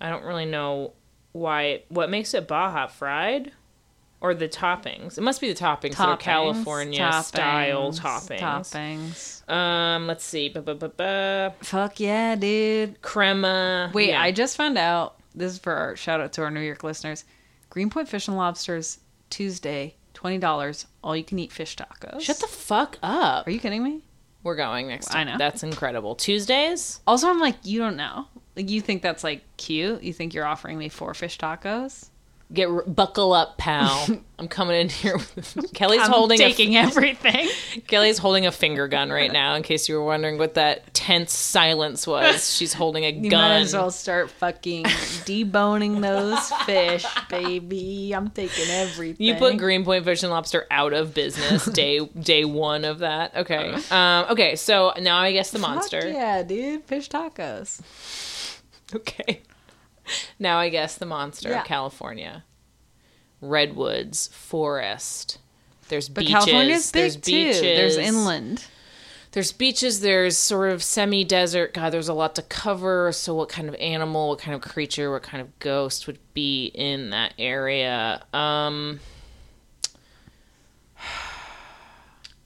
Speaker 2: I don't really know why. What makes it Baja fried, or the toppings? It must be the toppings, that are
Speaker 1: Toppings,
Speaker 2: California style toppings.
Speaker 1: Toppings.
Speaker 2: Um, let's see, ba ba ba ba,
Speaker 1: Fuck yeah, dude.
Speaker 2: crema.
Speaker 1: Wait,
Speaker 2: Yeah.
Speaker 1: I just found out. This is for our shout out to our New York listeners. Greenpoint Fish and Lobsters Tuesday, twenty dollars. All you can eat fish tacos.
Speaker 2: shut the fuck up.
Speaker 1: Are you kidding me?
Speaker 2: We're going next.
Speaker 1: I
Speaker 2: Time.
Speaker 1: know.
Speaker 2: that's incredible. Tuesdays.
Speaker 1: Also, I'm like, you don't know. Like, you think that's like cute? You think you're offering me four fish tacos?
Speaker 2: Get r- buckle up, pal. I'm coming in here. With, Kelly's holding a
Speaker 1: taking everything.
Speaker 2: Kelly's holding a finger gun right now, in case you were wondering what that tense silence was. She's holding a
Speaker 1: You might
Speaker 2: gun.
Speaker 1: as well start fucking deboning those fish, baby. I'm taking everything.
Speaker 2: You put Greenpoint Fish and Lobster out of business day day one of that. Okay. Um, okay, so now I guess the monster.
Speaker 1: Uh-huh. Fuck yeah, dude, fish tacos.
Speaker 2: Okay. Now I guess the monster
Speaker 1: Yeah.
Speaker 2: of California. Redwoods, forest. There's
Speaker 1: But
Speaker 2: beaches.
Speaker 1: California's big
Speaker 2: there's
Speaker 1: too.
Speaker 2: beaches.
Speaker 1: There's inland.
Speaker 2: there's beaches there's sort of semi-desert god there's a lot to cover so what kind of animal what kind of creature what kind of ghost would be in that area um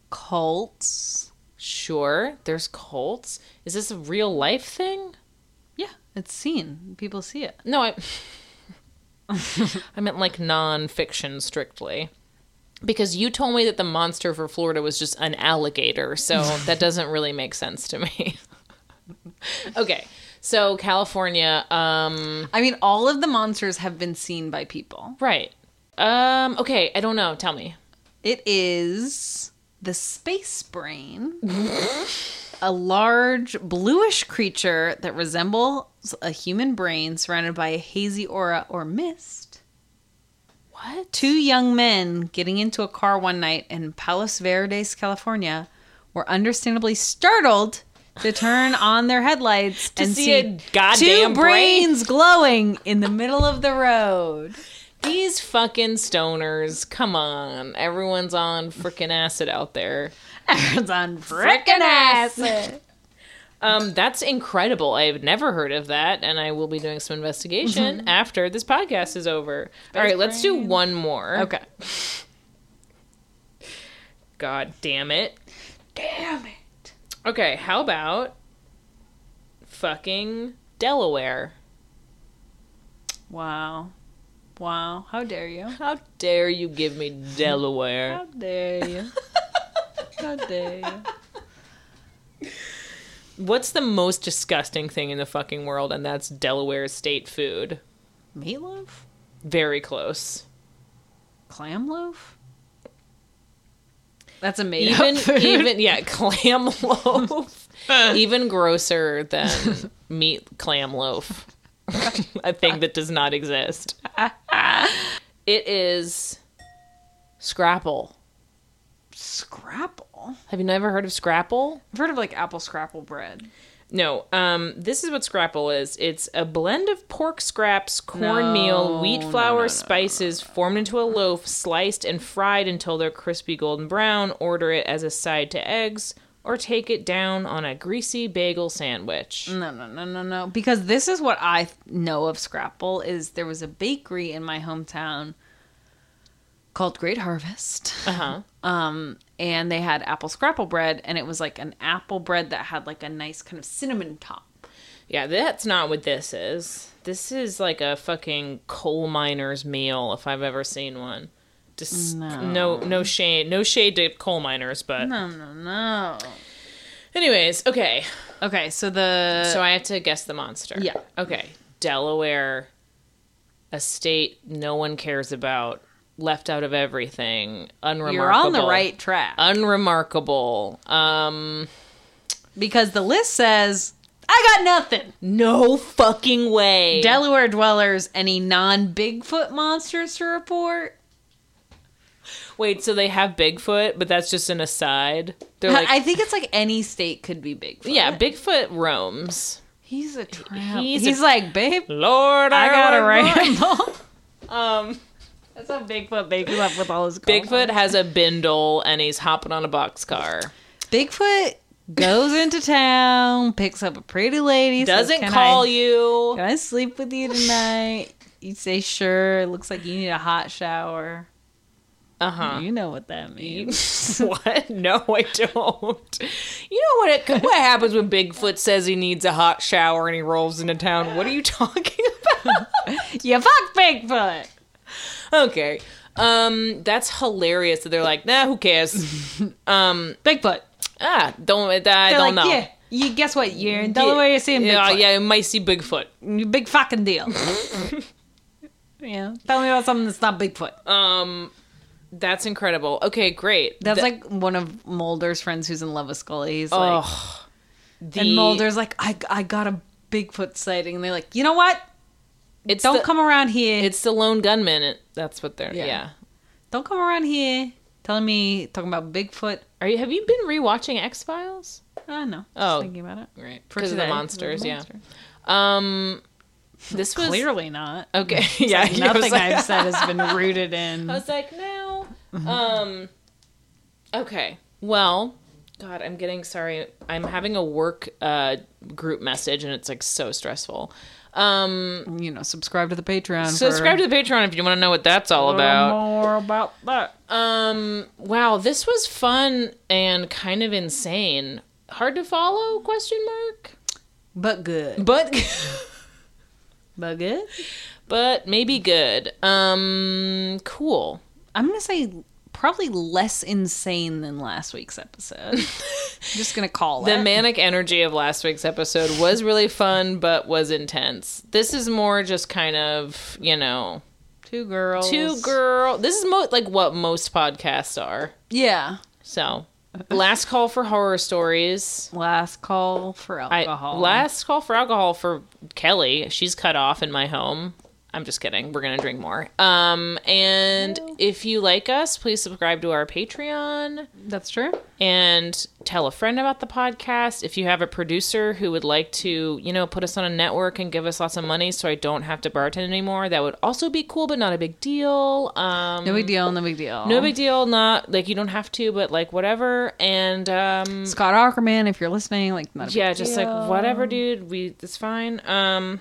Speaker 1: cults,
Speaker 2: Sure, there's cults. Is this a real life thing?
Speaker 1: Yeah, it's seen. People see it.
Speaker 2: No, I I meant like non-fiction strictly. Because you told me that the monster for Florida was just an alligator, so that doesn't really make sense to me. okay. So California, um
Speaker 1: I mean, all of the monsters have been seen by people.
Speaker 2: right. Um okay, I don't know, tell me.
Speaker 1: It is the space brain, a large bluish creature that resembles a human brain surrounded by a hazy aura or mist.
Speaker 2: What?
Speaker 1: Two young men getting into a car one night in Palos Verdes, California, were understandably startled to turn on their headlights and
Speaker 2: see
Speaker 1: see,
Speaker 2: a
Speaker 1: two
Speaker 2: goddamn brain.
Speaker 1: brains glowing in the middle of the road.
Speaker 2: These fucking stoners. Come on. Everyone's on freaking acid out there.
Speaker 1: It's on frickin' acid.
Speaker 2: Um, that's incredible. I have never heard of that, and I will be doing some investigation after this podcast is over. All right, let's do one more.
Speaker 1: Okay.
Speaker 2: God damn it.
Speaker 1: Damn it.
Speaker 2: Okay, how about fucking Delaware?
Speaker 1: Wow. Wow. How dare you?
Speaker 2: How dare you give me Delaware?
Speaker 1: dare you? How dare you?
Speaker 2: What's the most disgusting thing in the fucking world, and that's Delaware state food?
Speaker 1: Meatloaf?
Speaker 2: Very close.
Speaker 1: Clam loaf? That's a made
Speaker 2: even
Speaker 1: up food.
Speaker 2: even yeah clam loaf even grosser than meat clam loaf a thing that does not exist it is scrapple
Speaker 1: Scrapple?
Speaker 2: have you never heard of scrapple
Speaker 1: I've heard of like apple scrapple bread.
Speaker 2: no um this is what scrapple is it's a blend of pork scraps cornmeal
Speaker 1: No,
Speaker 2: wheat
Speaker 1: no,
Speaker 2: flour
Speaker 1: no, no,
Speaker 2: spices formed into a loaf sliced and fried until they're crispy golden brown order it as a side to eggs or take it down on a greasy bagel sandwich
Speaker 1: No, no, no, no, no. Because this is what I th- know of scrapple is there was a bakery in my hometown called Great Harvest.
Speaker 2: Uh-huh.
Speaker 1: Um, and they had apple scrapple bread, and it was like an apple bread that had like a nice kind of cinnamon top.
Speaker 2: Yeah, that's not what this is. This is like a fucking coal miner's meal if I've ever seen one. Dis- no.
Speaker 1: No.
Speaker 2: no shade no shade to coal miners, but
Speaker 1: No, no, no.
Speaker 2: anyways, okay.
Speaker 1: Okay, so the
Speaker 2: So I have to guess the monster.
Speaker 1: Yeah.
Speaker 2: Okay. Delaware a state no one cares about, left out of everything, unremarkable.
Speaker 1: you're on the right track
Speaker 2: Unremarkable. Um
Speaker 1: because the list says I got nothing.
Speaker 2: no fucking way.
Speaker 1: Delaware dwellers, any non Bigfoot monsters to report?
Speaker 2: Wait, so they have Bigfoot, but that's just an aside. They're like,
Speaker 1: I think it's like any state could be Bigfoot.
Speaker 2: yeah, Bigfoot roams.
Speaker 1: he's a tramp.
Speaker 2: He's
Speaker 1: He's,
Speaker 2: a-
Speaker 1: like, babe,
Speaker 2: Lord,
Speaker 1: I got a
Speaker 2: would want-"
Speaker 1: ramble.
Speaker 2: Um,
Speaker 1: That's how Bigfoot baby left with all his
Speaker 2: Bigfoot has a bindle and he's hopping on a boxcar.
Speaker 1: Bigfoot goes into town, picks up a pretty lady, says,
Speaker 2: Doesn't
Speaker 1: "Can
Speaker 2: call
Speaker 1: I-
Speaker 2: you.
Speaker 1: Can I sleep with you tonight? You say sure. It looks like you need a hot shower.
Speaker 2: Uh huh.
Speaker 1: You know what that means.
Speaker 2: what? No, I don't. You know what? It, what happens when Bigfoot says he needs a hot shower and he rolls into town? What are you talking about?
Speaker 1: you fuck Bigfoot.
Speaker 2: okay. Um, that's hilarious that they're like, nah, who cares? Um,
Speaker 1: Bigfoot.
Speaker 2: ah, don't, I
Speaker 1: They're
Speaker 2: don't
Speaker 1: like,
Speaker 2: know.
Speaker 1: yeah. You guess what? You're in Delaware. You're seeing
Speaker 2: yeah,
Speaker 1: Bigfoot.
Speaker 2: yeah, you might see Bigfoot.
Speaker 1: Big fucking deal. yeah. Tell me about something that's not Bigfoot.
Speaker 2: Um, that's incredible. Okay, great.
Speaker 1: That's
Speaker 2: Th-
Speaker 1: like one of Mulder's friends who's in love with Scully. He's like,
Speaker 2: oh, the
Speaker 1: and Mulder's like, I I got a Bigfoot sighting. And they're like, you know what?
Speaker 2: It's
Speaker 1: Don't
Speaker 2: the,
Speaker 1: come around here.
Speaker 2: It's the lone gunman. It, that's what they're. Yeah.
Speaker 1: Yeah. Don't come around here telling me talking about Bigfoot.
Speaker 2: Are you? Have you been rewatching X Files?
Speaker 1: I don't know.
Speaker 2: Oh.
Speaker 1: Just thinking about it.
Speaker 2: Right.
Speaker 1: For
Speaker 2: Because of the
Speaker 1: today.
Speaker 2: monsters.
Speaker 1: The
Speaker 2: Yeah.
Speaker 1: monsters.
Speaker 2: Um, this was
Speaker 1: Clearly not.
Speaker 2: okay. Yeah. I
Speaker 1: Nothing
Speaker 2: was like-
Speaker 1: I've said has been rooted in.
Speaker 2: I was like, no. Um. Okay. Well. God, I'm getting sorry. I'm having a work uh, group message, and it's like so stressful. Um,
Speaker 1: You know, subscribe to the Patreon.
Speaker 2: subscribe
Speaker 1: for
Speaker 2: to the Patreon if you want to know what that's all
Speaker 1: a little
Speaker 2: about.
Speaker 1: more about that.
Speaker 2: Um, wow, this was fun and kind of insane. Hard to follow? Question mark.
Speaker 1: But good.
Speaker 2: But
Speaker 1: But good.
Speaker 2: but maybe good. Um, cool.
Speaker 1: I'm gonna say probably less insane than last week's episode. just gonna call
Speaker 2: The
Speaker 1: it.
Speaker 2: manic energy of last week's episode was really fun, but was intense. This is more just kind of, you know,
Speaker 1: two girls.
Speaker 2: two girl. This is mo- like what most podcasts are.
Speaker 1: Yeah.
Speaker 2: So, last call for horror stories.
Speaker 1: Last call for
Speaker 2: I,
Speaker 1: alcohol.
Speaker 2: last call for alcohol for Kelly. She's cut off in my home. I'm just kidding. We're gonna drink more. Um, and if you like us, please subscribe to our Patreon.
Speaker 1: That's true.
Speaker 2: and tell a friend about the podcast. If you have a producer who would like to, you know, put us on a network and give us lots of money so I don't have to bartend anymore, that would also be cool, but not a big deal. Um,
Speaker 1: No big deal. No big deal.
Speaker 2: no big deal, not like you don't have to, but like whatever. And um,
Speaker 1: Scott Ackerman, if you're listening, like not a big
Speaker 2: yeah, just like whatever, dude. We it's fine. Um,